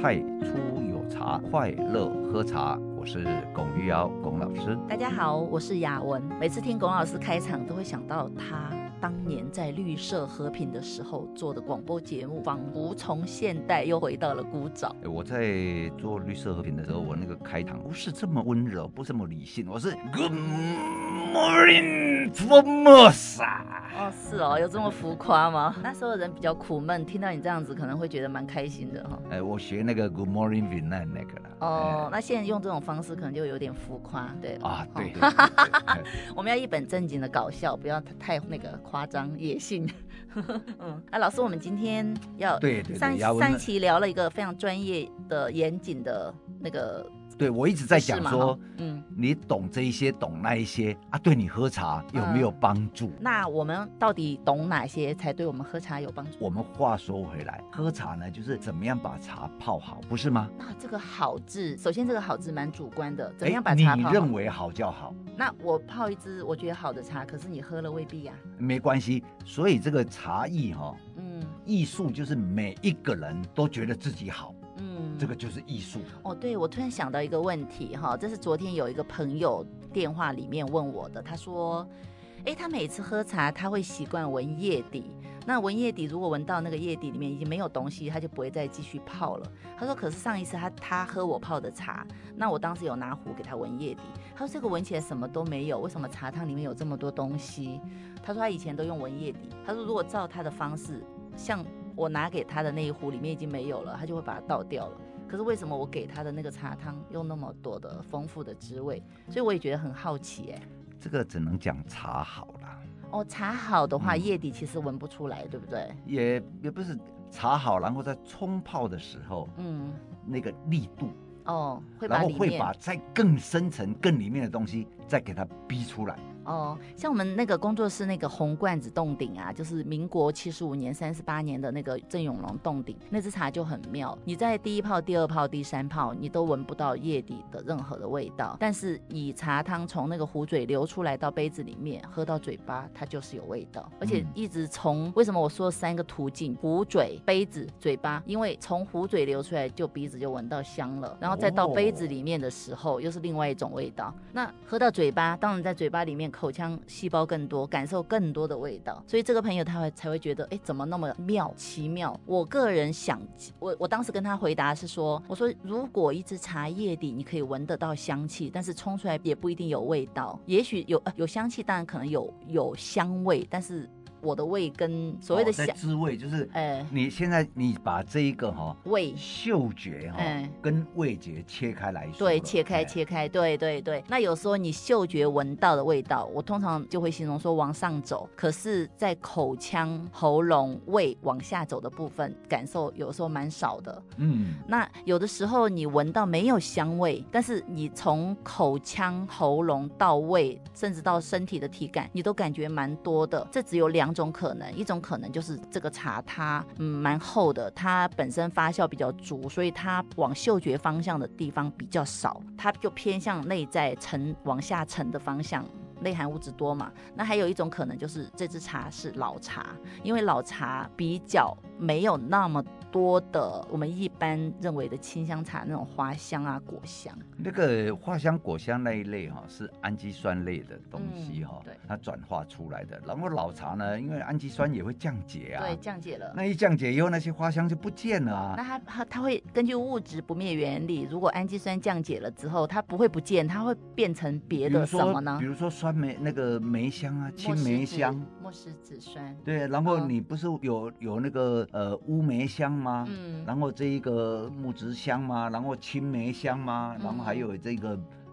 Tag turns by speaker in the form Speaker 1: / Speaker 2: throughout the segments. Speaker 1: 太初有茶，快乐喝茶。我是龚玉瑶，龚老师。
Speaker 2: 大家好，我是雅文。每次听龚老师开场，都会想到他当年在绿色和平的时候做的广播节目，仿佛从现代又回到了古早。
Speaker 1: 诶哎我在做绿色和平的时候，我那个开场不是这么温柔，不是这么理性，我是 Good morning Formosa。
Speaker 2: 哦，是哦，有这么浮夸吗？那时候人比较苦闷，听到你这样子，可能会觉得蛮开心的哈、
Speaker 1: 哎，我学那个 Good morning Vietnam 那个啦。
Speaker 2: 哦，那现在用这种方式可能就有点浮夸，对
Speaker 1: 哎。啊，对
Speaker 2: 哦
Speaker 1: 对对对哎
Speaker 2: 我们要一本正经的搞笑，不要太那个夸张野性。 嗯，啊，老师，我们今天要
Speaker 1: 对对
Speaker 2: 上
Speaker 1: 对，
Speaker 2: 一
Speaker 1: 雅
Speaker 2: 上一
Speaker 1: 文，
Speaker 2: 期聊了一个非常专业的、严谨的那个
Speaker 1: 对我一直在
Speaker 2: 知识
Speaker 1: 讲
Speaker 2: 嘛
Speaker 1: 说
Speaker 2: 哈，嗯，
Speaker 1: 你懂这一些，懂那一些啊，对你喝茶有没有帮助？
Speaker 2: 那我们到底懂哪些才对我们喝茶有帮助？
Speaker 1: 我们话说回来，喝茶呢，就是怎么样把茶泡好，不是吗？
Speaker 2: 那这个好字，首先这个好字蛮主观的，怎么
Speaker 1: 诶
Speaker 2: 样把茶
Speaker 1: 哎你
Speaker 2: 泡好？
Speaker 1: 认为好叫好，
Speaker 2: 那我泡一支我觉得好的茶，可是你喝了未必啊呀、
Speaker 1: 没关系。所以这个茶艺哈、
Speaker 2: 嗯
Speaker 1: 艺术就是每一个人都觉得自己好，
Speaker 2: 嗯，
Speaker 1: 这个就是艺术。
Speaker 2: 哦，对，我突然想到一个问题哈，这是昨天有一个朋友电话里面问我的，他说，诶，他每次喝茶他会习惯闻叶底，那闻叶底如果闻到那个叶底里面已经没有东西，他就不会再继续泡了。他说，可是上一次他他喝我泡的茶，那我当时有拿壶给他闻叶底，他说这个闻起来什么都没有，为什么茶汤里面有这么多东西？他说他以前都用闻叶底，他说如果照他的方式，像我拿给他的那一壶里面已经没有了，他就会把它倒掉了。可是为什么我给他的那个茶汤有那么多的丰富的滋味？所以我也觉得很好奇哎、
Speaker 1: 这个只能讲茶好啦，
Speaker 2: 哦，茶好的话，
Speaker 1: 嗯
Speaker 2: 叶底其实闻不出来，对不对？
Speaker 1: 也也不是茶好，然后在冲泡的时候
Speaker 2: 嗯，
Speaker 1: 那个力度，
Speaker 2: 哦，会
Speaker 1: 然
Speaker 2: 把
Speaker 1: 后
Speaker 2: 里
Speaker 1: 会
Speaker 2: 面
Speaker 1: 把在更深层、更里面的东西再给它逼出来。
Speaker 2: 哦，像我们那个工作室那个红罐子洞顶啊，就是民国七十五年、三十八年的那个郑永龙洞顶，那支茶就很妙。你在第一泡、第二泡、第三泡，你都闻不到叶底的任何的味道，但是以茶汤从那个壶嘴流出来到杯子里面，喝到嘴巴，它就是有味道，而且
Speaker 1: 嗯
Speaker 2: 一直从为什么我说三个途径：壶嘴、杯子、嘴巴，因为从壶嘴流出来就鼻子就闻到香了，然后再到杯
Speaker 1: 哦
Speaker 2: 子里面的时候又是另外一种味道。那喝到嘴巴，当然在嘴巴里面口腔细胞更多，感受更多的味道，所以这个朋友他会才会觉得，哎，怎么那么妙奇妙？我个人想，我我当时跟他回答是说，我说如果一支茶叶底你可以闻得到香气，但是冲出来也不一定有味道，也许有、呃有香气，当然可能有有香味，但是。我的味跟所谓的
Speaker 1: 哦在
Speaker 2: 香，
Speaker 1: 滋味就是
Speaker 2: 哎、
Speaker 1: 你现在你把这一个哈、
Speaker 2: 味。
Speaker 1: 嗅觉哈、
Speaker 2: 哎
Speaker 1: 跟味觉切开来说了，
Speaker 2: 对，切开
Speaker 1: 哎，
Speaker 2: 切开，对对对。那有时候你嗅觉闻到的味道，我通常就会形容说往上走，可是，在口腔、喉咙、胃往下走的部分，感受有时候蛮少的。
Speaker 1: 嗯，
Speaker 2: 那有的时候你闻到没有香味，但是你从口腔、喉咙到胃，甚至到身体的体感，你都感觉蛮多的。这只有两种可能，一种可能就是这个茶它嗯蛮厚的，它本身发酵比较足，所以它往嗅觉方向的地方比较少，它就偏向内在沉往下沉的方向。内含物质多嘛？那还有一种可能就是这支茶是老茶，因为老茶比较没有那么多的我们一般认为的清香茶那种花香啊、果香。
Speaker 1: 那个花香、果香那一类哈、是氨基酸类的东西哈、
Speaker 2: 嗯对
Speaker 1: 它转化出来的。然后老茶呢，因为氨基酸也会降解啊，
Speaker 2: 对，降解了。
Speaker 1: 那一降解以后，那些花香就不见了
Speaker 2: 那
Speaker 1: 啊。
Speaker 2: 它它它会根据物质不灭原理，如果氨基酸降解了之后，它不会不见，它会变成别
Speaker 1: 比
Speaker 2: 的
Speaker 1: 如
Speaker 2: 什
Speaker 1: 说，
Speaker 2: 么呢
Speaker 1: 比？如说酸梅那个梅香啊，青
Speaker 2: 莫石
Speaker 1: 梅
Speaker 2: 子
Speaker 1: 香。、
Speaker 2: 莫石子酸。
Speaker 1: 对，然后
Speaker 2: 嗯
Speaker 1: 你不是有有那个呃乌梅香吗？
Speaker 2: 嗯，
Speaker 1: 然后这一个木质香嘛，然后青梅香嘛，然后还
Speaker 2: 嗯
Speaker 1: 有这个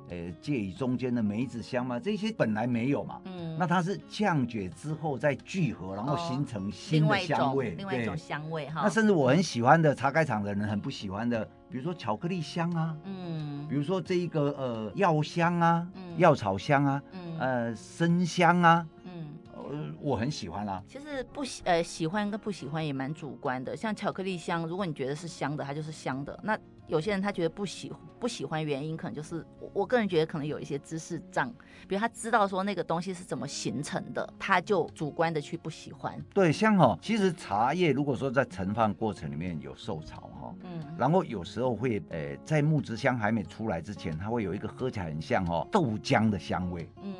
Speaker 1: 呃介于中间的梅子香嘛，这些本来没有嘛，
Speaker 2: 嗯
Speaker 1: 那它是降解之后再聚合，然后
Speaker 2: 哦
Speaker 1: 形成
Speaker 2: 另
Speaker 1: 新的
Speaker 2: 外一
Speaker 1: 香
Speaker 2: 种
Speaker 1: 味，
Speaker 2: 另外一
Speaker 1: 对
Speaker 2: 种香味哈。
Speaker 1: 那甚至我很喜欢的茶盖厂的人很不喜欢的，比如说巧克力香啊，比
Speaker 2: 嗯
Speaker 1: 如说这一个呃药香啊，
Speaker 2: 嗯
Speaker 1: 药草香啊，
Speaker 2: 嗯
Speaker 1: 呃生香啊，
Speaker 2: 嗯。
Speaker 1: 呃我很喜欢啊。
Speaker 2: 其实不喜呃喜欢跟不喜欢也蛮主观的，像巧克力香，如果你觉得是香的，它就是香的；那有些人他觉得不喜不喜欢原因，可能就是我我个人觉得可能有一些知识障，比如他知道说那个东西是怎么形成的，他就主观的去不喜欢。
Speaker 1: 对，像哈、哦，其实茶叶如果说在盛放过程里面有受潮哈、
Speaker 2: 嗯，
Speaker 1: 然后有时候会，呃，在木质香还没出来之前，它会有一个喝起来很像哦豆浆的香味。
Speaker 2: 嗯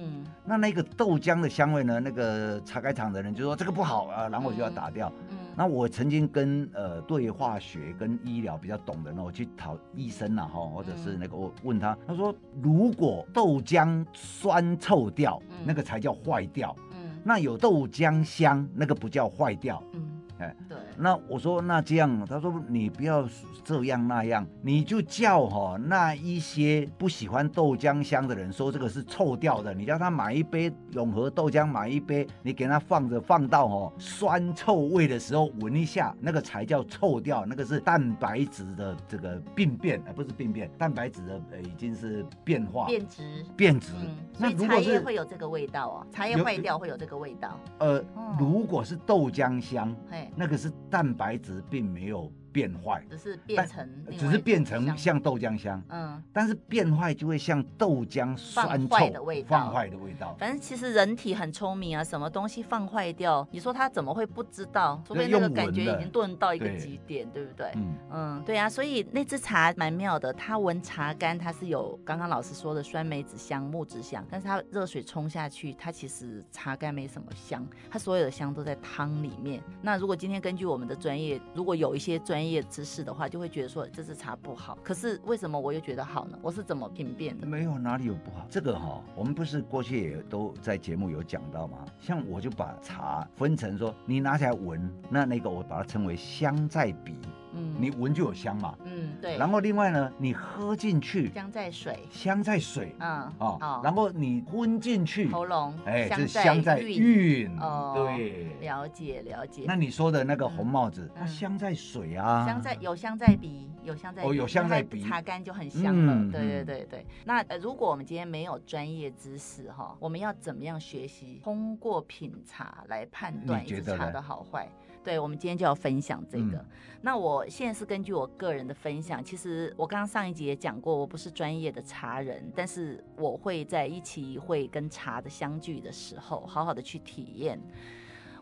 Speaker 1: 那那个豆浆的香味呢，那个茶改厂的人就说这个不好啊，然后我就要打掉。
Speaker 2: 嗯
Speaker 1: 那我曾经跟呃对化学跟医疗比较懂的呢，我去讨医生啦、啊、哈，或者是那个我问他，他说如果豆浆酸臭掉
Speaker 2: 嗯，
Speaker 1: 那个才叫坏掉。
Speaker 2: 嗯
Speaker 1: 那有豆浆香，那个不叫坏掉。
Speaker 2: 嗯，
Speaker 1: 哎
Speaker 2: 对，
Speaker 1: 那我说那这样，他说你不要这样那样，你就叫哈、那一些不喜欢豆浆香的人说这个是臭掉的，你叫他买一杯永和豆浆，买一杯，你给他放着放到哈、酸臭味的时候闻一下，那个才叫臭掉，那个是蛋白质的这个病变，呃、不是病变，蛋白质的呃已经是变化
Speaker 2: 变质。
Speaker 1: 变质。
Speaker 2: 嗯，所
Speaker 1: 那
Speaker 2: 以
Speaker 1: 如
Speaker 2: 茶
Speaker 1: 果
Speaker 2: 叶
Speaker 1: 是
Speaker 2: 会有这个味道哦，茶叶
Speaker 1: 有
Speaker 2: 坏掉会有这个味道，
Speaker 1: 呃
Speaker 2: 哦，
Speaker 1: 如果是豆浆香，
Speaker 2: 嘿，
Speaker 1: 那个是蛋白质并没有变坏。
Speaker 2: 只是变
Speaker 1: 但
Speaker 2: 成另
Speaker 1: 只
Speaker 2: 外
Speaker 1: 是
Speaker 2: 一
Speaker 1: 变
Speaker 2: 种
Speaker 1: 成
Speaker 2: 香
Speaker 1: 像豆浆香，
Speaker 2: 嗯，
Speaker 1: 但是变坏就会像豆浆酸臭
Speaker 2: 放坏的味道
Speaker 1: 放坏的味道。
Speaker 2: 反正其实人体很聪明啊，什么东西放坏掉，你说他怎么会不知道？除非那个
Speaker 1: 用
Speaker 2: 感
Speaker 1: 闻
Speaker 2: 觉已
Speaker 1: 的
Speaker 2: 经钝到一个
Speaker 1: 对
Speaker 2: 极点，对不对？
Speaker 1: 嗯，
Speaker 2: 嗯，对啊，所以那只茶蛮妙的，它闻茶干，它是有刚刚老师说的酸梅子香、木质香，但是它热水冲下去，它其实茶干没什么香，它所有的香都在汤里面。那如果今天根据我们的专业，如果有一些专业知识的话，就会觉得说这支茶不好。可是为什么我又觉得好呢？我是怎么品辨的？
Speaker 1: 没有哪里有不好。这个哈、我们不是过去也都在节目有讲到吗？像我就把茶分成说，你拿起来闻，那那个我把它称为香在鼻，
Speaker 2: 嗯，
Speaker 1: 你闻就有香嘛。
Speaker 2: 嗯对，
Speaker 1: 然后另外呢，你喝进去，
Speaker 2: 香在水，
Speaker 1: 香在水
Speaker 2: 嗯
Speaker 1: 啊、
Speaker 2: 好
Speaker 1: 然后你昏进去，
Speaker 2: 喉咙，
Speaker 1: 哎，这
Speaker 2: 香
Speaker 1: 是香在
Speaker 2: 韵，
Speaker 1: 韵，
Speaker 2: 哦
Speaker 1: 对。
Speaker 2: 了解了解。
Speaker 1: 那你说的那个红帽子，它
Speaker 2: 嗯
Speaker 1: 香在水啊，
Speaker 2: 香在有香在鼻，有香在
Speaker 1: 哦
Speaker 2: 鼻
Speaker 1: 有香在
Speaker 2: 它
Speaker 1: 鼻
Speaker 2: 茶干就很香了。
Speaker 1: 嗯
Speaker 2: 对对
Speaker 1: 嗯
Speaker 2: 对对。那、呃、如果我们今天没有专业知识哈，我们要怎么样学习？通过品茶来判断一
Speaker 1: 你觉
Speaker 2: 支
Speaker 1: 得
Speaker 2: 茶
Speaker 1: 嘞
Speaker 2: 的好坏。对，我们今天就要分享这个。
Speaker 1: 嗯
Speaker 2: 那我现在是根据我个人的分享，其实我刚刚上一集也讲过，我不是专业的茶人，但是我会在一期会跟茶的相聚的时候，好好的去体验。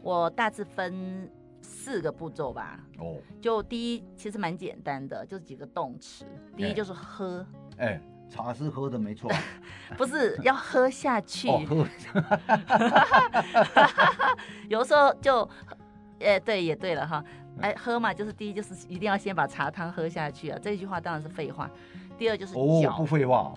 Speaker 2: 我大致分四个步骤吧，
Speaker 1: 哦，
Speaker 2: 就第一其实蛮简单的，就是几个动词。第一
Speaker 1: 对
Speaker 2: 就是喝，
Speaker 1: 哎，茶是喝的没 错，
Speaker 2: 不是要喝下去。
Speaker 1: 哦，喝
Speaker 2: 有时候就，呃，对，也对了哈。
Speaker 1: 嗯
Speaker 2: 哎，喝嘛，就是第一就是一定要先把茶汤喝下去啊。这句话当然是废话。第二就是
Speaker 1: 哦，
Speaker 2: 嚼
Speaker 1: 不，废话，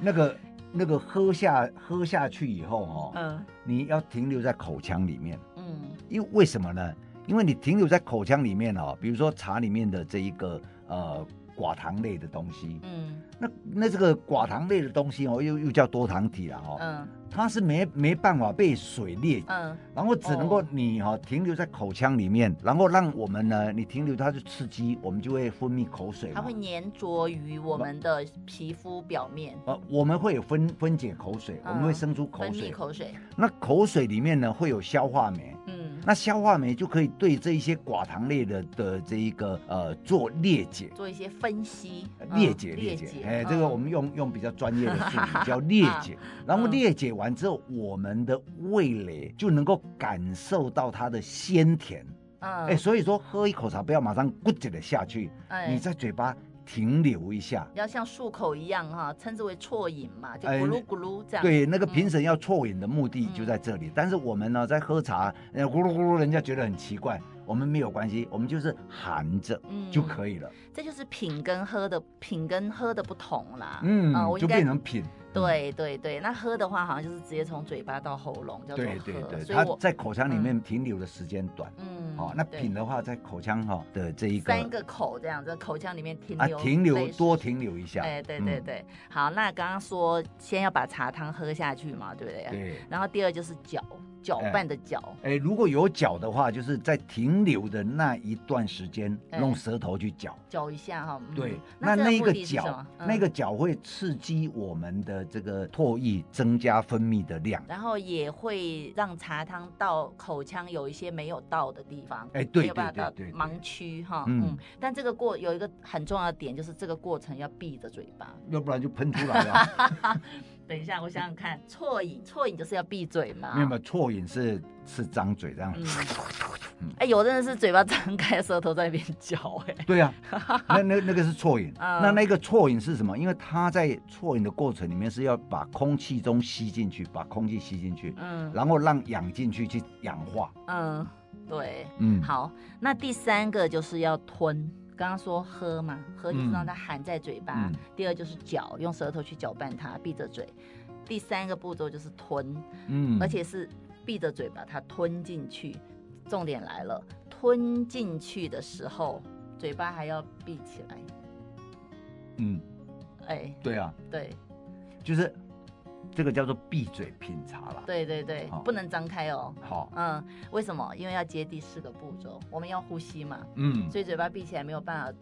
Speaker 1: 那个那个喝下喝下去以后哦，
Speaker 2: 嗯
Speaker 1: 你要停留在口腔里面，
Speaker 2: 嗯
Speaker 1: 因为为什么呢？因为你停留在口腔里面哦，比如说茶里面的这一个呃寡糖类的东西，
Speaker 2: 嗯
Speaker 1: 那那这个寡糖类的东西哦，又又叫多糖体了哦，
Speaker 2: 嗯
Speaker 1: 它是没没办法被水裂
Speaker 2: 嗯
Speaker 1: 然后只能够你哈、停留在口腔里面，然后让我们呢，你停留它就刺激，我们就会分泌口水
Speaker 2: 它
Speaker 1: 嘛
Speaker 2: 会。粘着于我们的皮肤表面，
Speaker 1: 呃，我们会有分分解口水，
Speaker 2: 嗯
Speaker 1: 我们会生出口
Speaker 2: 分
Speaker 1: 水。
Speaker 2: 泌口水。
Speaker 1: 那口水里面呢会有消化酶，
Speaker 2: 嗯，
Speaker 1: 那消化酶就可以对这一些寡糖类的的这一个呃做裂解。
Speaker 2: 做一些分析，嗯
Speaker 1: 裂解，
Speaker 2: 裂
Speaker 1: 裂
Speaker 2: 解
Speaker 1: 解，哎，这个
Speaker 2: 嗯
Speaker 1: 我们用用比较专业的术 语叫裂解。然后
Speaker 2: 嗯
Speaker 1: 裂解完之后，我们的味蕾就能够感受到它的鲜甜。
Speaker 2: 嗯
Speaker 1: 哎、所以说喝一口茶不要马上咕叽的下去，
Speaker 2: 哎
Speaker 1: 你在嘴巴停留一下。
Speaker 2: 要像漱口一样哈、称之为啜饮嘛，就
Speaker 1: 哎
Speaker 2: 咕噜
Speaker 1: 那
Speaker 2: 咕噜这样。
Speaker 1: 对，那个
Speaker 2: 嗯
Speaker 1: 评审要错饮的目的就在这里。但是我们呢，在喝茶，呃，咕噜咕噜，人家觉得很奇怪，我们没有关系，我们就是含着
Speaker 2: 嗯
Speaker 1: 就可以了。
Speaker 2: 这就是品跟喝的品跟喝的不同啦。
Speaker 1: 嗯，
Speaker 2: 啊我应
Speaker 1: 就
Speaker 2: 该
Speaker 1: 变成品。嗯
Speaker 2: 对对对，那喝的话好像就是直接从嘴巴到喉咙叫做喝，
Speaker 1: 对对对，
Speaker 2: 所以
Speaker 1: 它
Speaker 2: 我
Speaker 1: 在口腔里面停留的时间短。
Speaker 2: 嗯
Speaker 1: 好、那
Speaker 2: 对
Speaker 1: 品的话，在口腔哈、的这一个
Speaker 2: 三个口这样子，口腔里面停
Speaker 1: 啊
Speaker 2: 留、
Speaker 1: 停留多。停留一下。
Speaker 2: 哎，对对
Speaker 1: 嗯
Speaker 2: 对，好，那刚刚说先要把茶汤喝下去嘛，对不对？
Speaker 1: 对。
Speaker 2: 然后第二就是搅搅
Speaker 1: 哎
Speaker 2: 拌的搅，
Speaker 1: 哎，如果有搅的话，就是在停留的那一段时间，
Speaker 2: 哎
Speaker 1: 用舌头去搅。
Speaker 2: 搅一下哈。嗯
Speaker 1: 对，
Speaker 2: 那
Speaker 1: 那
Speaker 2: 这
Speaker 1: 那一
Speaker 2: 目
Speaker 1: 个
Speaker 2: 的是什
Speaker 1: 搅
Speaker 2: 么，嗯
Speaker 1: 那个搅会刺激我们的的这个唾液增加分泌的量。
Speaker 2: 然后也会让茶汤到口腔有一些没有到的地方，
Speaker 1: 哎对
Speaker 2: 没有办
Speaker 1: 对
Speaker 2: 法到
Speaker 1: 对对对
Speaker 2: 盲区哈，
Speaker 1: 嗯
Speaker 2: 嗯，但这个过有一个很重要的点，就是这个过程要闭着嘴巴。
Speaker 1: 要不然就喷出来 了。
Speaker 2: 等一下，我想想看，啜饮，啜饮就是要闭嘴嘛，
Speaker 1: 没有没有，啜饮是是张嘴这样。
Speaker 2: 嗯，哎、有的人是嘴巴张开，舌头在那边嚼、哎，
Speaker 1: 对呀、啊，那那那个是啜饮。
Speaker 2: 嗯
Speaker 1: 那那个啜饮是什么？因为它在啜饮的过程里面是要把空气中吸进去，把空气吸进去，
Speaker 2: 嗯
Speaker 1: 然后让氧进去去氧化。
Speaker 2: 嗯，对，
Speaker 1: 嗯，
Speaker 2: 好，那第三个就是要吞。刚刚说喝嘛，喝就是让它含在嘴巴。
Speaker 1: 嗯
Speaker 2: 第二就是嚼，用舌头去搅拌它，闭着嘴。第三个步骤就是吞，
Speaker 1: 嗯
Speaker 2: 而且是闭着嘴把它吞进去。重点来了，吞进去的时候，嘴巴还要闭起来。
Speaker 1: 嗯，
Speaker 2: 哎，
Speaker 1: 对啊，
Speaker 2: 对
Speaker 1: 就是这个叫做闭嘴品茶啦。
Speaker 2: 对对对
Speaker 1: 好，
Speaker 2: 不能张开哦。
Speaker 1: 好，
Speaker 2: 嗯，为什么？因为要接第四个步骤，我们要呼吸嘛，
Speaker 1: 嗯，
Speaker 2: 所以嘴巴闭起来没有办法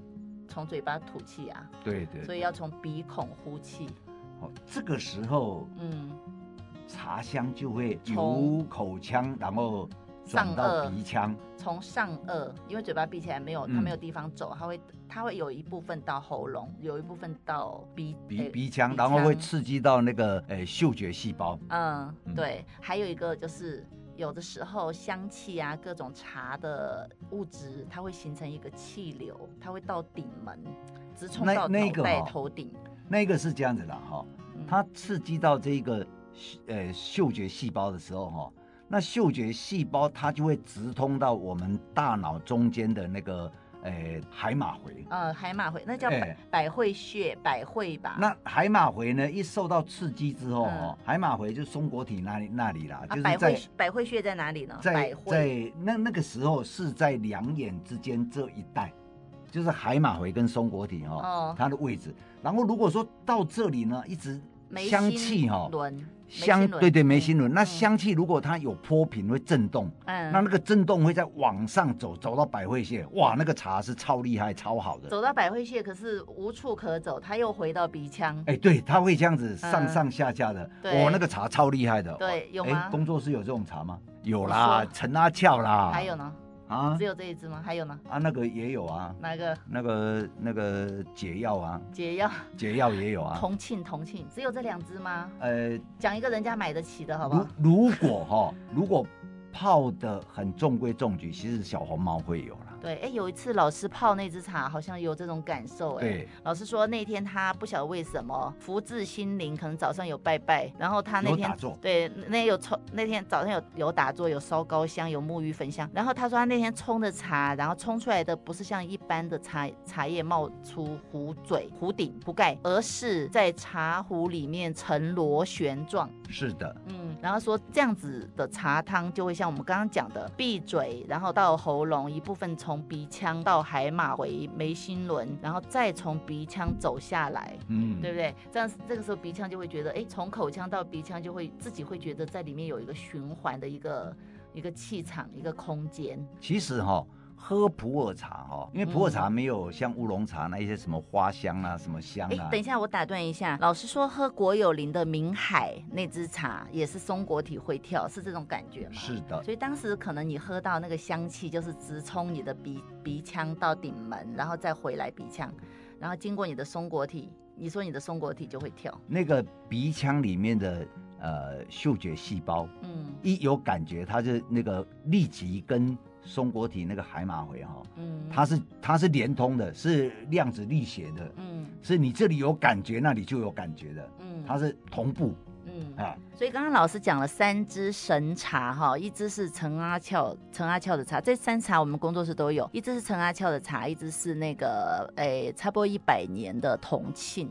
Speaker 2: 从嘴巴吐气啊，
Speaker 1: 对对
Speaker 2: 所以要从鼻孔呼气。
Speaker 1: 好，这个时候
Speaker 2: 嗯，
Speaker 1: 茶香就会由
Speaker 2: 从
Speaker 1: 口腔，然后转
Speaker 2: 上
Speaker 1: 到
Speaker 2: 颚
Speaker 1: 鼻腔。
Speaker 2: 从上颚，因为嘴巴闭起来没有，它
Speaker 1: 嗯
Speaker 2: 没有地方走，它会它会有一部分到喉咙，有一部分到鼻
Speaker 1: 鼻
Speaker 2: 呃
Speaker 1: 鼻腔，然后会
Speaker 2: 腔
Speaker 1: 刺激到那个呃嗅觉细胞。
Speaker 2: 嗯
Speaker 1: 嗯，
Speaker 2: 对，还有一个就是有的时候香气啊，各种茶的物质，它会形成一个气流，它会到顶门，直冲
Speaker 1: 那
Speaker 2: 到
Speaker 1: 那
Speaker 2: 脑
Speaker 1: 个
Speaker 2: 袋
Speaker 1: 哦
Speaker 2: 头顶。
Speaker 1: 那个是这样子的哈、
Speaker 2: 嗯
Speaker 1: 它刺激到这一个呃嗅觉细胞的时候哈、那嗅觉细胞它就会直通到我们大脑中间的那个呃海马回。
Speaker 2: 呃海马回，那叫
Speaker 1: 哎
Speaker 2: 百百会穴，百会吧？
Speaker 1: 那海马回呢？一受到刺激之后哈、
Speaker 2: 啊嗯
Speaker 1: 海马回就松果体那里那里啦，就
Speaker 2: 啊
Speaker 1: 是
Speaker 2: 百
Speaker 1: 在
Speaker 2: 会穴百会穴在哪里呢？
Speaker 1: 在
Speaker 2: 百会
Speaker 1: 在那那个时候是在两眼之间这一带，就是海马回跟松果体哦，
Speaker 2: 哦
Speaker 1: 它的位置。然后如果说到这里呢，一直
Speaker 2: 眉
Speaker 1: 香
Speaker 2: 心
Speaker 1: 气哈、哦，
Speaker 2: 轮，眉
Speaker 1: 香
Speaker 2: 心轮
Speaker 1: 对对眉心轮，那
Speaker 2: 嗯
Speaker 1: 香气如果它有波频会震动，
Speaker 2: 嗯，
Speaker 1: 那那个震动会再往上走，走到百会穴，哇，那个茶是超厉害、超好的。
Speaker 2: 走到百会穴，可是无处可走，它又回到鼻腔。
Speaker 1: 哎，对，它会这样子上
Speaker 2: 嗯
Speaker 1: 上下下的，哇、
Speaker 2: 对
Speaker 1: 那个茶超厉害的。
Speaker 2: 对
Speaker 1: 哇
Speaker 2: 有
Speaker 1: 哎
Speaker 2: 吗
Speaker 1: 工作室有这种茶吗？有
Speaker 2: 我
Speaker 1: 啦，
Speaker 2: 说
Speaker 1: 陈阿俏啦，
Speaker 2: 还有呢？
Speaker 1: 啊
Speaker 2: 只有这一支吗？还有呢？
Speaker 1: 啊，那个也有啊，
Speaker 2: 哪个
Speaker 1: 那个那个解药啊，
Speaker 2: 解药？
Speaker 1: 解药也有啊。
Speaker 2: 同庆同庆，只有这两支吗？
Speaker 1: 呃，
Speaker 2: 讲一个人家买得起的好不好
Speaker 1: 如？如果哈、如果泡的很中规中矩，其实小红帽会有啦。
Speaker 2: 对，哎，有一次老师泡那支茶，好像有这种感受，哎。
Speaker 1: 对，
Speaker 2: 老师说那天他不晓得为什么福至心灵，可能早上有拜拜，然后他那
Speaker 1: 有
Speaker 2: 天
Speaker 1: 打坐
Speaker 2: 对那有冲那天早上有有打坐，有烧高香，有沐浴焚香，然后他说他那天冲的茶，然后冲出来的不是像一般的茶茶叶冒出壶嘴、壶顶、壶盖，而是在茶壶里面呈螺旋状，
Speaker 1: 是的，
Speaker 2: 嗯，然后说这样子的茶汤就会像我们刚刚讲的，闭嘴，然后到喉咙一部分从鼻腔到海马回、眉心轮，然后再从鼻腔走下来，
Speaker 1: 嗯，
Speaker 2: 对不对？这样这个时候鼻腔就会觉得，哎，从口腔到鼻腔就会自己会觉得在里面有一个循环的一个一个气场、一个空间。
Speaker 1: 其实哈、喝普洱茶哈、因为普
Speaker 2: 嗯
Speaker 1: 洱茶没有像乌龙茶那一些什么花香啊、什么香
Speaker 2: 哎，
Speaker 1: 啊
Speaker 2: 等。一下，我打断一下，老师说喝国有林的明海那支茶也是松果体会跳，是这种感觉吗？
Speaker 1: 是的，
Speaker 2: 所以当时可能你喝到那个香气，就是直冲你的鼻鼻腔到顶门，然后再回来鼻腔，然后经过你的松果体，你说你的松果体就会跳，
Speaker 1: 那个鼻腔里面的呃嗅觉细胞
Speaker 2: 嗯
Speaker 1: 一有感觉，它就那个立即跟松果体那个海马回哈、
Speaker 2: 嗯，
Speaker 1: 它是它是连通的，是量子力学的，
Speaker 2: 嗯
Speaker 1: 是你这里有感觉，那里就有感觉的，
Speaker 2: 嗯
Speaker 1: 它是同步
Speaker 2: 嗯，
Speaker 1: 啊。
Speaker 2: 所以刚刚老师讲了三支神茶哈，一支是陈阿俏陈阿俏的茶，这三茶我们工作室都有，一支是陈阿俏的茶，一支是那个诶、差不多一百年的同庆。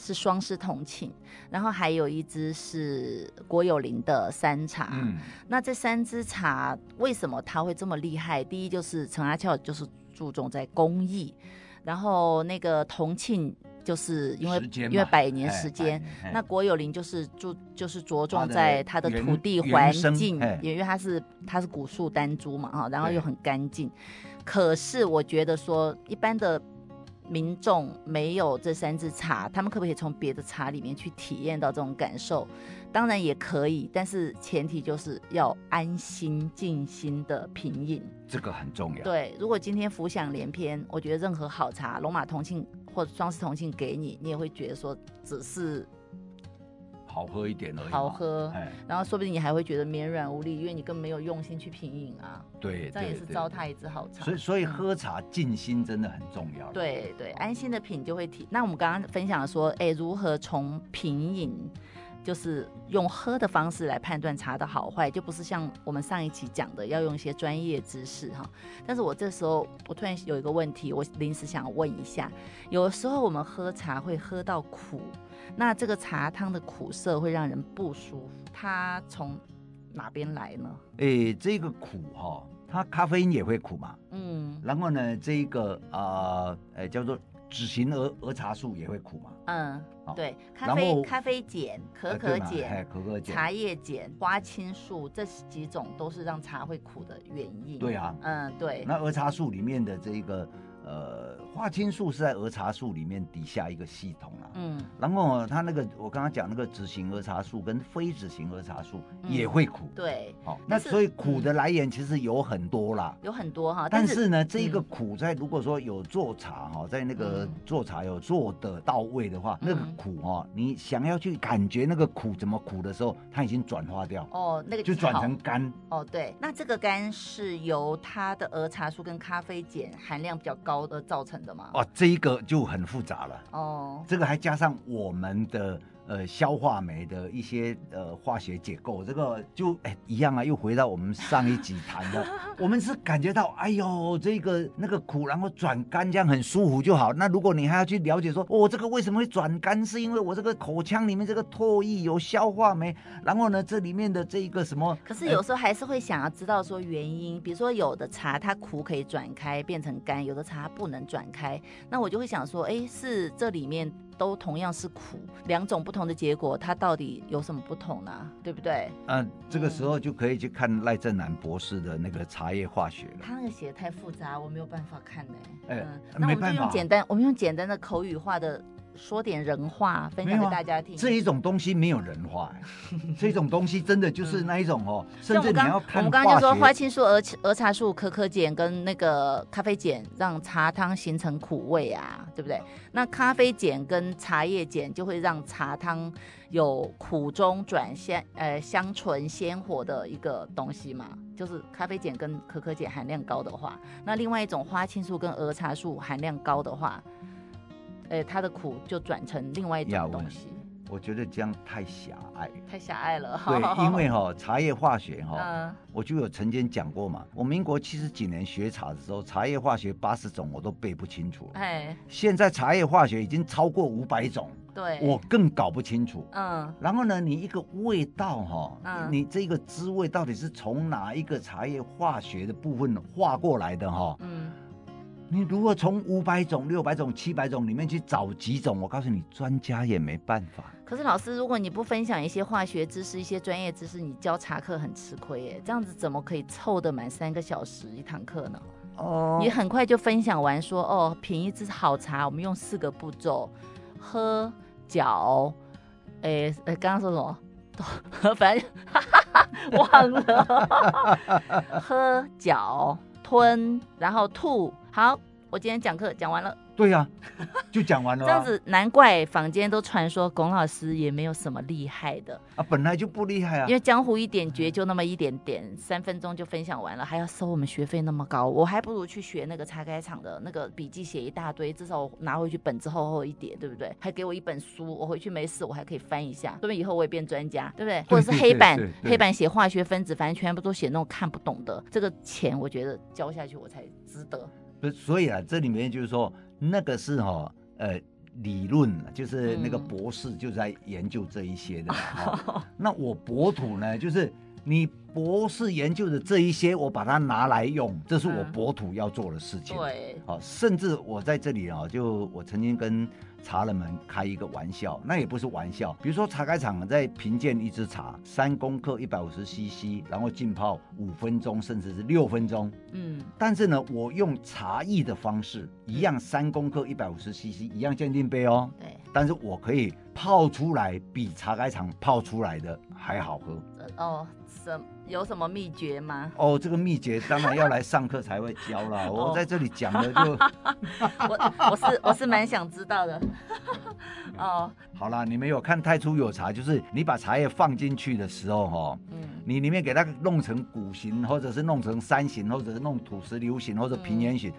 Speaker 2: 是双狮同庆，然后还有一支是国有林的山茶，
Speaker 1: 嗯，
Speaker 2: 那这三支茶为什么它会这么厉害？第一就是陈阿俏就是注重在工艺，然后那个同庆就是因为
Speaker 1: 时间嘛
Speaker 2: 因为百年
Speaker 1: 哎
Speaker 2: 时间。，
Speaker 1: 百年
Speaker 2: 那国有林就是注就是着
Speaker 1: 它
Speaker 2: 重
Speaker 1: 的
Speaker 2: 在它的
Speaker 1: 原
Speaker 2: 土地
Speaker 1: 原
Speaker 2: 环
Speaker 1: 生
Speaker 2: 境
Speaker 1: 哎，
Speaker 2: 也因为它是它是古树单株嘛哈，然后
Speaker 1: 对
Speaker 2: 又很干净。可是我觉得说一般的民众没有这三支茶，他们可不可以从别的茶里面去体验到这种感受？当然也可以，但是前提就是要安心静心的品饮。
Speaker 1: 这个很重要。
Speaker 2: 对，如果今天浮想联翩，我觉得任何好茶，龙马同庆或者双氏同庆给你，你也会觉得说只是
Speaker 1: 好喝一点而已嘛。
Speaker 2: 好喝，
Speaker 1: 哎，
Speaker 2: 然后说不定你还会觉得绵软无力，因为你根本没有用心去品饮啊，
Speaker 1: 对，
Speaker 2: 这样也
Speaker 1: 对
Speaker 2: 是
Speaker 1: 对
Speaker 2: 糟蹋一支好茶。
Speaker 1: 所以，所以喝茶静心真的很重要。，
Speaker 2: 对对，安心的品就会提。那我们刚刚分享说，哎，如何从品饮，就是用喝的方式来判断茶的好坏，就不是像我们上一期讲的要用一些专业知识哈。但是我这时候我突然有一个问题，我临时想问一下，有的时候我们喝茶会喝到苦，那这个茶汤的苦涩会让人不舒服，它从哪边来呢？
Speaker 1: 诶，这个苦哈、它咖啡因也会苦嘛。
Speaker 2: 嗯
Speaker 1: 然后呢，这一个啊，呃，叫做脂型儿儿茶素也会苦嘛。
Speaker 2: 嗯
Speaker 1: 好，
Speaker 2: 对，咖
Speaker 1: 然
Speaker 2: 啡
Speaker 1: 后
Speaker 2: 咖啡碱、可
Speaker 1: 呃
Speaker 2: 可
Speaker 1: 对嘛
Speaker 2: 碱。
Speaker 1: 哎，可可碱。
Speaker 2: 茶叶碱、花青素这几种都是让茶会苦的原因。
Speaker 1: 对啊
Speaker 2: 嗯，对，
Speaker 1: 那儿茶素里面的这一个呃花青素是在儿茶素里面底下一个系统啊。
Speaker 2: 嗯，
Speaker 1: 然后它那个我刚刚讲那个脂型儿茶素跟非脂型儿茶素
Speaker 2: 嗯
Speaker 1: 也会苦。
Speaker 2: 对，
Speaker 1: 好、那
Speaker 2: 但是嗯
Speaker 1: 所以苦的来源其实有很多啦。
Speaker 2: 有很多哈，
Speaker 1: 但
Speaker 2: 啊但
Speaker 1: 是呢，这一个
Speaker 2: 嗯
Speaker 1: 苦在如果说有做茶哈，在那个
Speaker 2: 嗯
Speaker 1: 做茶有做的到位的话，那个
Speaker 2: 嗯
Speaker 1: 苦哈，你想要去感觉那个苦怎么苦的时候，它已经转化掉，
Speaker 2: 哦，那个
Speaker 1: 就转
Speaker 2: 好
Speaker 1: 成干。
Speaker 2: 哦，对，那这个干是由它的儿茶素跟咖啡碱含量比较高而造成的嘛？
Speaker 1: 哦，这一个就很复杂了。
Speaker 2: 哦，
Speaker 1: 这个还加上我们的呃消化酶的一些呃化学结构，这个就哎一样啊，又回到我们上一集谈的，我们是感觉到哎呦这个那个苦，然后转甘这样很舒服就好。那如果你还要去了解说，哦这个为什么会转甘，是因为我这个口腔里面这个唾液有消化酶，然后呢这里面的这一个什么，
Speaker 2: 可是有时候还是会想要知道说原因，比如说有的茶它苦可以转开变成甘，有的茶它不能转开，那我就会想说，哎，是这里面都同样是苦，两种不同的结果，它到底有什么不同呢、对不对？
Speaker 1: 呃这个时候就可以去看赖正南博士的那个茶叶化学了。
Speaker 2: 他那个写的太复杂，我没有办法看呢、
Speaker 1: 哎没
Speaker 2: 嗯，那我们
Speaker 1: 办
Speaker 2: 就用
Speaker 1: 法
Speaker 2: 简单，我们用简单的口语化的说点人话分享
Speaker 1: 没
Speaker 2: 给
Speaker 1: 有啊
Speaker 2: 大家听。
Speaker 1: 这一种东西没有人 化、欸这种东西真的就是那一种哦，甚
Speaker 2: 嗯像我
Speaker 1: 至
Speaker 2: 们
Speaker 1: 你
Speaker 2: 刚
Speaker 1: 要
Speaker 2: 我
Speaker 1: 看
Speaker 2: 们刚刚就说花
Speaker 1: 化学，
Speaker 2: 青素、儿儿茶素、可可碱跟那个咖啡碱，让茶汤形成苦味啊，对不对？那咖啡碱跟茶叶碱就会让茶汤有苦中转鲜，呃，香醇鲜活的一个东西嘛。就是咖啡碱跟可可碱含量高的话，那另外一种花青素跟儿茶素含量高的话，呃，它的苦就转成另外一
Speaker 1: 亚
Speaker 2: 种
Speaker 1: 文
Speaker 2: 东西，
Speaker 1: 我觉得这样太狭隘了。
Speaker 2: 太狭隘了。
Speaker 1: 对，因为哈、哦、茶叶化学哈、哦，
Speaker 2: 嗯
Speaker 1: 我就有曾经讲过嘛，我民国七十几年学茶的时候，茶叶化学八十种我都背不清楚了。
Speaker 2: 哎，
Speaker 1: 现在茶叶化学已经超过五百种，
Speaker 2: 对，
Speaker 1: 我更搞不清楚。
Speaker 2: 嗯。
Speaker 1: 然后呢，你一个味道哈、
Speaker 2: 嗯
Speaker 1: 你这个滋味到底是从哪一个茶叶化学的部分化过来的哈、哦
Speaker 2: 嗯
Speaker 1: 你如果从五百种、六百种、七百种里面去找几种，我告诉你，专家也没办法。
Speaker 2: 可是老师，如果你不分享一些化学知识、一些专业知识，你教茶课很吃亏耶。这样子怎么可以凑得满三个小时一堂课呢？
Speaker 1: 哦
Speaker 2: 你很快就分享完说，哦，品一支好茶，我们用四个步骤：喝、搅，诶、呃，刚刚说什么？ 反正忘了， 喝、搅、吞，然后吐。好，我今天讲课讲完了。
Speaker 1: 对呀、就讲完了、
Speaker 2: 这
Speaker 1: 啊。
Speaker 2: 样子，难怪坊间都传说龚老师也没有什么厉害的，
Speaker 1: 啊，本来就不厉害啊
Speaker 2: 因。为江湖一点诀就那么一点点，三分钟就分享完了，还要收我们学费那么高，我还不如去学那个茶改厂的那个笔记写一大堆，至少我拿回去本子厚厚一点，对不对？哎还给我一本书，我回去没事我还可以翻一 下，说明以后我也变专家，对不对？或者是黑板
Speaker 1: 对对，对
Speaker 2: 黑板写化学分子，反正全部都写那种看不懂的，这个钱我觉得交下去我才值得。
Speaker 1: 不是所以啊，这里面就是说，那个是哈、呃，理论就是那个
Speaker 2: 嗯
Speaker 1: 博士就在研究这一些的嘛、哈那我博土呢，就是你博士研究的这一些，我把它拿来用，这是我
Speaker 2: 嗯
Speaker 1: 博土要做的事情。
Speaker 2: 对，
Speaker 1: 好、甚至我在这里啊、就我曾经跟茶人们开一个玩笑，那也不是玩笑。比如说茶改厂在评鉴一支茶，三公克一百五十 CC，然后浸泡五分钟，甚至是六分钟。
Speaker 2: 嗯
Speaker 1: 但是呢，我用茶艺的方式，一样三公克一百五十 CC，一样鉴定杯哦。
Speaker 2: 对，
Speaker 1: 但是我可以泡出来比茶改厂泡出来的还好喝？
Speaker 2: 呃哦，什有什么秘诀吗
Speaker 1: 哦。这个秘诀当然要来上课才会教啦。我在这里讲的就。
Speaker 2: 我我是我是蛮想知道的。 哦，
Speaker 1: 好啦，你们有看《太初有茶》，就是你把茶叶放进去的时候、哦，
Speaker 2: 嗯
Speaker 1: 你里面给它弄成鼓形，或者是弄成山形，或者是弄土石流形，或者平原形，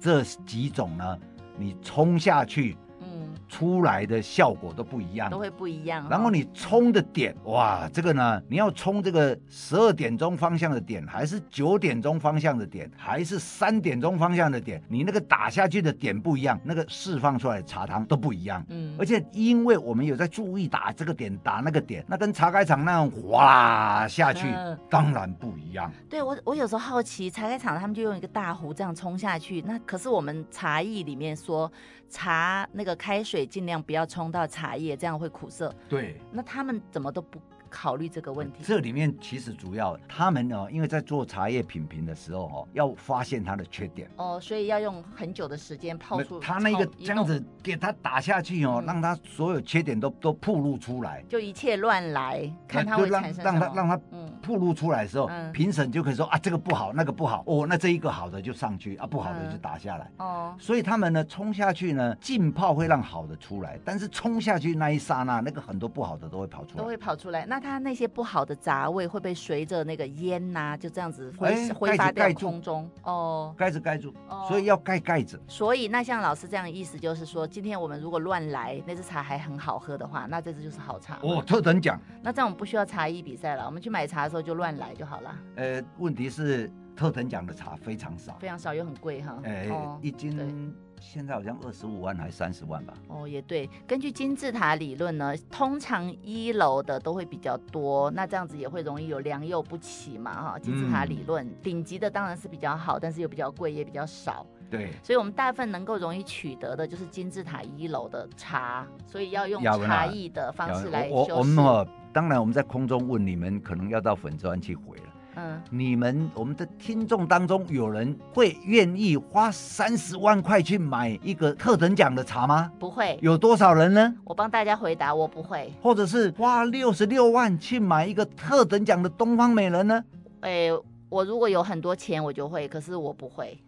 Speaker 1: 这几种呢，你冲下去
Speaker 2: 嗯，
Speaker 1: 出来的效果都不一样
Speaker 2: 都。会不一样哦。
Speaker 1: 啊然后你冲的点，哇，这个呢，你要冲这个十二点钟方向的点，还是九点钟方向的点，还是三点钟方向的点，你那个打下去的点不一样，那个释放出来的茶汤都不一样。
Speaker 2: 嗯
Speaker 1: 而，且因为我们有在注意打这个点打那个点，那跟茶改厂那样哗啦下去
Speaker 2: 嗯，
Speaker 1: 当然不一样。
Speaker 2: 对我我有时候好奇，茶改厂他们就用一个大壶这样冲下去，那可是我们茶艺里面说茶那个开水尽量不要冲到茶叶，这样会苦涩。
Speaker 1: 对，
Speaker 2: 那他们怎么都不考虑这个问题？
Speaker 1: 这里面其实主要他们呢，因为在做茶叶品评的时候哦，要发现它的缺点。
Speaker 2: 哦，所以要用很久的时间泡
Speaker 1: 没
Speaker 2: 出
Speaker 1: 他那个
Speaker 2: 泡一
Speaker 1: 这样
Speaker 2: 弄
Speaker 1: 子给他打下去哦，
Speaker 2: 嗯
Speaker 1: 让他所有缺点都都暴露出来，
Speaker 2: 就一切乱来，看
Speaker 1: 那
Speaker 2: 它
Speaker 1: 就
Speaker 2: 会
Speaker 1: 让
Speaker 2: 产生
Speaker 1: 让
Speaker 2: 什
Speaker 1: 他
Speaker 2: 么
Speaker 1: 让他
Speaker 2: 嗯
Speaker 1: 暴露出来的时候，
Speaker 2: 嗯
Speaker 1: 评审就可以说啊这个不好，那个不好，哦那这一个好的就上去啊，不好的就
Speaker 2: 嗯
Speaker 1: 打下来。
Speaker 2: 哦
Speaker 1: 所以他们呢冲下去呢，浸泡会让好的出来，但是冲下去那一刹那，那个很多不好的都会跑出来。
Speaker 2: 都会跑出来。那它那些不好的杂味会不会随着那个烟呐、就这样子
Speaker 1: 哎
Speaker 2: 挥挥
Speaker 1: 盖
Speaker 2: 发
Speaker 1: 子
Speaker 2: 掉
Speaker 1: 盖住
Speaker 2: 空中？哦，
Speaker 1: 盖子盖住，
Speaker 2: 哦
Speaker 1: 所以要盖盖子。
Speaker 2: 所以那像老师这样的意思就是说，今天我们如果乱来，那支茶还很好喝的话，那这支就是好茶。
Speaker 1: 我 特等奖，
Speaker 2: 那这样我们不需要茶艺比赛了，我们去买茶的时候就乱来就好了，
Speaker 1: 呃，问题是特等奖的茶非常少，
Speaker 2: 非常少又很贵哈。
Speaker 1: 哎、
Speaker 2: 哦
Speaker 1: 一
Speaker 2: 对
Speaker 1: 斤现在好像二十五万还三十万吧。
Speaker 2: 哦，也对。根据金字塔理论呢，通常一楼的都会比较多，那这样子也会容易有良莠不齐嘛，哈。金字
Speaker 1: 嗯
Speaker 2: 塔理论，顶级的当然是比较好，但是又比较贵，也比较少。
Speaker 1: 对，
Speaker 2: 所以我们大部分能够容易取得的就是金字塔一楼的茶，所以要用
Speaker 1: 亚文啊
Speaker 2: 茶艺的方式来
Speaker 1: 我
Speaker 2: 修
Speaker 1: 我我
Speaker 2: 饰
Speaker 1: 们。哦，当然我们在空中问你们，可能要到粉砖去回了。
Speaker 2: 嗯，
Speaker 1: 你们我们的听众当中有人会愿意花三十万块去买一个特等奖的茶吗？
Speaker 2: 不会。
Speaker 1: 有多少人呢？
Speaker 2: 我帮大家回答，我不会。
Speaker 1: 或者是花六十六万去买一个特等奖的东方美人呢？
Speaker 2: 诶，我如果有很多钱，我就会，可是我不会。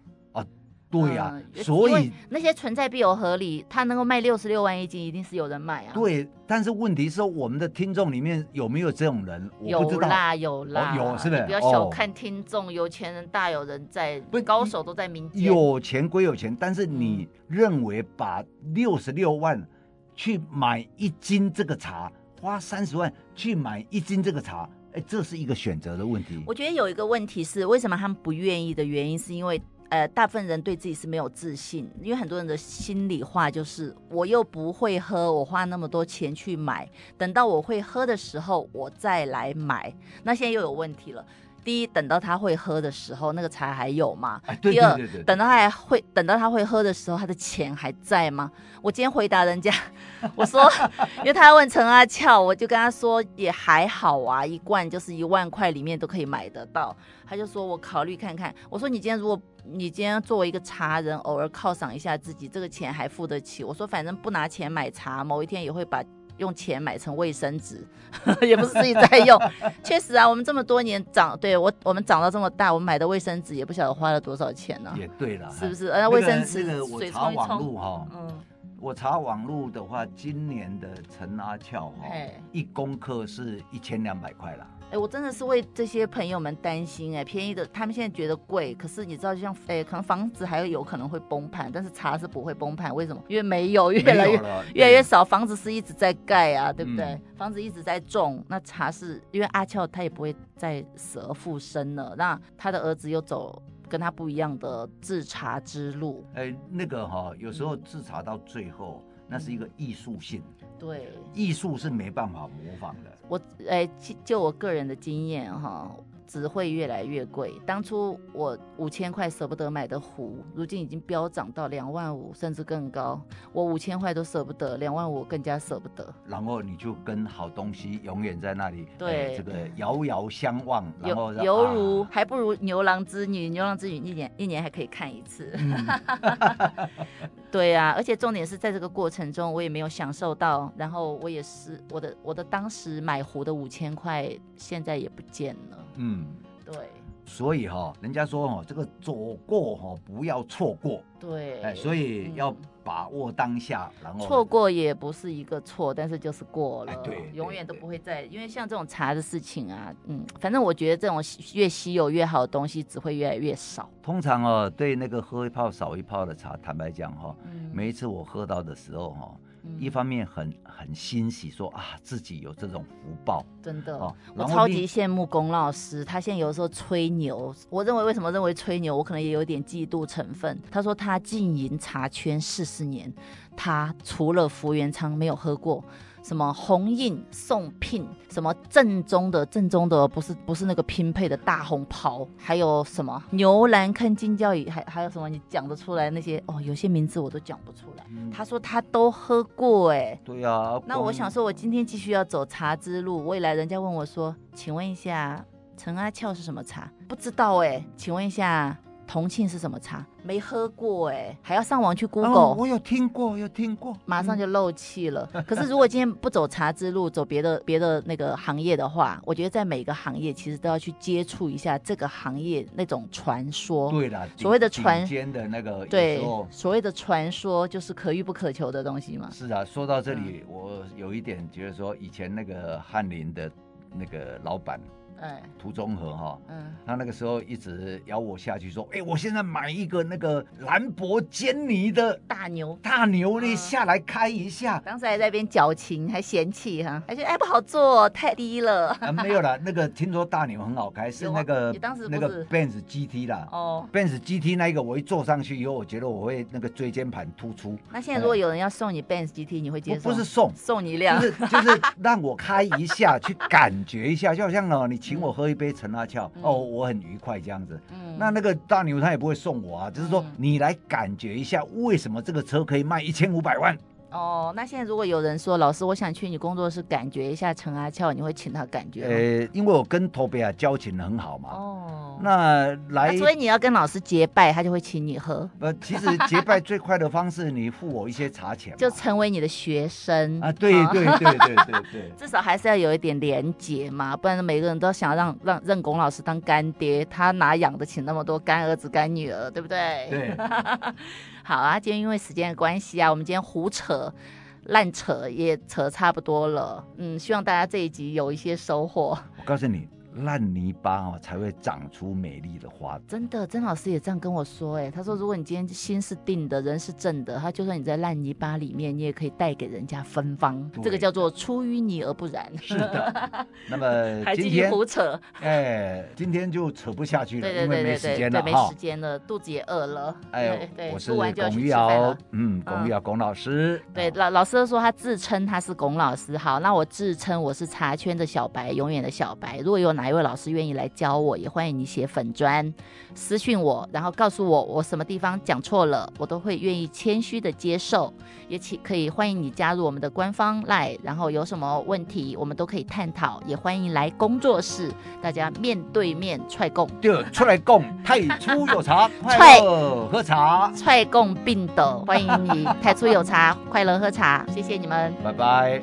Speaker 1: 对呀、
Speaker 2: 嗯
Speaker 1: 所
Speaker 2: 因为
Speaker 1: 以
Speaker 2: 那些存在必有合理，它能够卖六十六万一斤，一定是有人买啊。，
Speaker 1: 对，但是问题是我们的听众里面有没有这种人？我不
Speaker 2: 有
Speaker 1: 知道。哦
Speaker 2: 啦有啦，
Speaker 1: 有是不是
Speaker 2: 你不要小看听众，有钱人大有人在
Speaker 1: 不，
Speaker 2: 高手都在民间。
Speaker 1: 有钱归有钱，但是
Speaker 2: 嗯
Speaker 1: 你认为把六十六万去买一斤这个茶，花三十万去买一斤这个茶，哎，这是一个选择的问题。
Speaker 2: 我觉得有一个问题是，为什么他们不愿意的原因，是因为呃，大部分人对自己是没有自信，因为很多人的心里话就是，我又不会喝，我花那么多钱去买，等到我会喝的时候，我再来买。那现在又有问题了，第一，等到他会喝的时候，那个茶还有吗？
Speaker 1: 哎，对
Speaker 2: 第
Speaker 1: 对
Speaker 2: 二
Speaker 1: 对对，对
Speaker 2: 等到他还会等到他会喝的时候，他的钱还在吗？我今天回答人家， 我说，因为他问陈阿俏，我就跟他说也还好啊，一罐就是一万块里面都可以买得到。他就说我考虑看看。我说你今天如果你今天作为一个茶人，偶尔犒赏一下自己，这个钱还付得起。我说反正不拿钱买茶，某一天也会把。用钱买成卫生纸， 也不是自己在用。 确实啊，我们这么多年长，对我我们长到这么大，我们买的卫生纸也不晓得花了多少钱呢、
Speaker 1: 也对了，
Speaker 2: 啊是不
Speaker 1: 哎？
Speaker 2: 是？呃，
Speaker 1: 那
Speaker 2: 卫
Speaker 1: 个
Speaker 2: 生纸
Speaker 1: 那个我
Speaker 2: 水
Speaker 1: 查
Speaker 2: 冲一
Speaker 1: 网
Speaker 2: 冲，
Speaker 1: 路哈，
Speaker 2: 嗯，
Speaker 1: 我查网路的话，今年的陈阿俏哈、
Speaker 2: 嘿
Speaker 1: 一公克是一千两百块啦。
Speaker 2: 哎、我真的是为这些朋友们担心哎、便宜的他们现在觉得贵，可是你知道，就像哎、可能房子还有可能会崩盘，但是茶是不会崩盘，为什么？因为没有， 越来
Speaker 1: 没
Speaker 2: 越
Speaker 1: 有了
Speaker 2: 越来越少，房子是一直在盖啊，对不对？
Speaker 1: 嗯
Speaker 2: 房子一直在种，那茶是因为阿俏他也不会再死而复生了，那他的儿子又走跟他不一样的制茶之路，
Speaker 1: 哎，那个哈、有时候自查到最后，那是一个艺术性，
Speaker 2: 对
Speaker 1: 艺术是没办法模仿的。
Speaker 2: 我，哎，其就我个人的经验哈，只会越来越贵。当初我五千块舍不得买的壶，如今已经飙涨到两万五甚至更高。我五千块都舍不得，两万五更加舍不得。
Speaker 1: 然后你就跟好东西永远在那里，
Speaker 2: 对
Speaker 1: 哎这个遥遥相望，然后
Speaker 2: 犹
Speaker 1: 让
Speaker 2: 犹如、
Speaker 1: 啊
Speaker 2: 还不如牛郎织女，牛郎织女一年一年还可以看一次。
Speaker 1: 嗯
Speaker 2: 对啊，而且重点是在这个过程中，我也没有享受到，然后我也是我的我的当时买壶的五千块，现在也不见了。
Speaker 1: 嗯，
Speaker 2: 对
Speaker 1: 所以哈、人家说哈、这个走过哈、不要错过，
Speaker 2: 对，
Speaker 1: 哎，所以
Speaker 2: 嗯
Speaker 1: 要把握当下，然后
Speaker 2: 错过也不是一个错，但是就是过了，
Speaker 1: 哦哎对
Speaker 2: 永远
Speaker 1: 对
Speaker 2: 都
Speaker 1: 对
Speaker 2: 不会再。因为像这种茶的事情啊，嗯，反正我觉得这种稀越稀有越好的东西，只会越来越少。
Speaker 1: 通常哦，对那个喝一泡少一泡的茶，坦白讲哈、
Speaker 2: 嗯，
Speaker 1: 每一次我喝到的时候哈、
Speaker 2: 嗯
Speaker 1: 一方面很很欣喜说，啊自己有这种福报
Speaker 2: 真的，
Speaker 1: 哦，
Speaker 2: 嗯我
Speaker 1: 然
Speaker 2: 超
Speaker 1: 后另
Speaker 2: 级羡慕龚老师，他现在有时候吹牛，我认为为什么认为吹牛，我可能也有点嫉妒成分。他说他经营茶圈四十年，他除了福元仓没有喝过什么红印送聘，什么正宗的正宗的，不是不是那个拼配的大红袍，还有什么牛栏坑金教椅，还还有什么你讲得出来那些哦，有些名字我都讲不出来。
Speaker 1: 嗯
Speaker 2: 他说他都喝过、欸，
Speaker 1: 对啊，
Speaker 2: 那我
Speaker 1: 光
Speaker 2: 想说，我今天继续要走茶之路。未来人家问我说：“请问一下，陈阿俏是什么茶？”不知道哎、请问一下，同庆是什么茶？没喝过哎、还要上网去
Speaker 1: 哦
Speaker 2: Google，、
Speaker 1: 我有嗯听过，有听过，
Speaker 2: 马上就漏气了。可是如果今天不走茶之路，走别的别的那个行业的话，我觉得在每个行业其实都要去接触一下这个行业那种传说。
Speaker 1: 对啦，
Speaker 2: 所谓的
Speaker 1: 顶
Speaker 2: 传
Speaker 1: 顶尖的那个有
Speaker 2: 对
Speaker 1: 时候
Speaker 2: 所谓的传说就是可遇不可求的东西嘛。
Speaker 1: 是啊，说到这
Speaker 2: 嗯
Speaker 1: 里，我有一点觉得说，以前那个翰林的那个老板
Speaker 2: 哎，
Speaker 1: 涂中和哦哈、
Speaker 2: 嗯，
Speaker 1: 他那个时候一直邀我下去说，哎、我现在买一个那个兰博基尼的
Speaker 2: 大牛
Speaker 1: 大牛呢
Speaker 2: 嗯
Speaker 1: 下来开一下。
Speaker 2: 当时还在那边矫情，还嫌弃哈，还觉得哎不好做，太 低了。
Speaker 1: 啊，没有啦，那个听说大牛很好开，是
Speaker 2: 有啊
Speaker 1: 那个
Speaker 2: 你当时不
Speaker 1: 那
Speaker 2: 是
Speaker 1: 个 Benz GT 啦、
Speaker 2: 哦，
Speaker 1: b e n z GT 那一个，我一坐上去以后，我觉得我会那个椎间盘突出，
Speaker 2: 那现在如果有人要送你 Benz GT，你会接
Speaker 1: 不
Speaker 2: 受？啊
Speaker 1: 不是送，
Speaker 2: 送你一
Speaker 1: 就
Speaker 2: 辆，
Speaker 1: 是就是让我开一下，去感觉一下，就好像哦，你请我喝一杯陈阿俏，
Speaker 2: 嗯
Speaker 1: 哦，我很愉快这样子。
Speaker 2: 嗯
Speaker 1: 那那个大牛他也不会送我啊，只是说
Speaker 2: 嗯
Speaker 1: 你来感觉一下，为什么这个车可以卖一千五百万？
Speaker 2: 哦，那现在如果有人说老师，我想去你工作室感觉一下陈阿俏，你会请他感觉吗？
Speaker 1: 呃，因为我跟托比亚交情很好嘛，
Speaker 2: 哦，
Speaker 1: 那来
Speaker 2: 那所以你要跟老师结拜，他就会请你喝，
Speaker 1: 呃，其实结拜最快的方式，你付我一些茶钱嘛，
Speaker 2: 就成为你的学生哦
Speaker 1: 啊，对
Speaker 2: 好
Speaker 1: 对对对对
Speaker 2: 。
Speaker 1: 对
Speaker 2: 至少还是要有一点连结嘛，不然每个人都想要让让认龚老师当干爹，他哪养得起那么多干儿子干女儿，对不对？
Speaker 1: 对，
Speaker 2: 好啊，今天因为时间的关系啊，我们今天胡扯。烂扯也扯差不多了，嗯，希望大家这一集有一些收获。
Speaker 1: 我告诉你，烂泥巴哦才会长出美丽的花。
Speaker 2: 真的，曾老师也这样跟我说、哎，他说如果你今天心是定的，人是正的，他就算你在烂泥巴里面，你也可以带给人家芬芳，这个
Speaker 1: 对
Speaker 2: 叫做出淤泥而不染。
Speaker 1: 是的，那么
Speaker 2: 还继
Speaker 1: 今
Speaker 2: 续
Speaker 1: 天
Speaker 2: 胡扯，
Speaker 1: 哎，今天就扯不下去了，
Speaker 2: 对对
Speaker 1: 因为
Speaker 2: 对
Speaker 1: 没
Speaker 2: 对
Speaker 1: 时
Speaker 2: 对，
Speaker 1: 间
Speaker 2: 对
Speaker 1: 了
Speaker 2: 没
Speaker 1: 哈
Speaker 2: 时。间了，肚子也饿了。
Speaker 1: 哎
Speaker 2: 对对，，
Speaker 1: 我是
Speaker 2: 录完就要
Speaker 1: 龚
Speaker 2: 去
Speaker 1: 玉
Speaker 2: 吃饭
Speaker 1: 瑶
Speaker 2: 了。，
Speaker 1: 嗯，龚玉瑶龚老师，
Speaker 2: 对，
Speaker 1: 啊
Speaker 2: 老老师说他自称他是龚老师，好，那我自称我是茶圈的小白，永远的小白。如果有哪一位老师愿意来教我，也欢迎你写粉砖私讯我，然后告诉我我什么地方讲错了，我都会愿意谦虚的接受。也请可以欢迎你加入我们的官方 line，然后有什么问题我们都可以探讨，也欢迎来工作室，大家面对面踹供。
Speaker 1: 就出来供，太初有茶，快
Speaker 2: 菜
Speaker 1: 乐喝茶，
Speaker 2: 踹共病斗，欢迎你太初有茶，快乐喝茶，谢谢你们。
Speaker 1: 拜拜。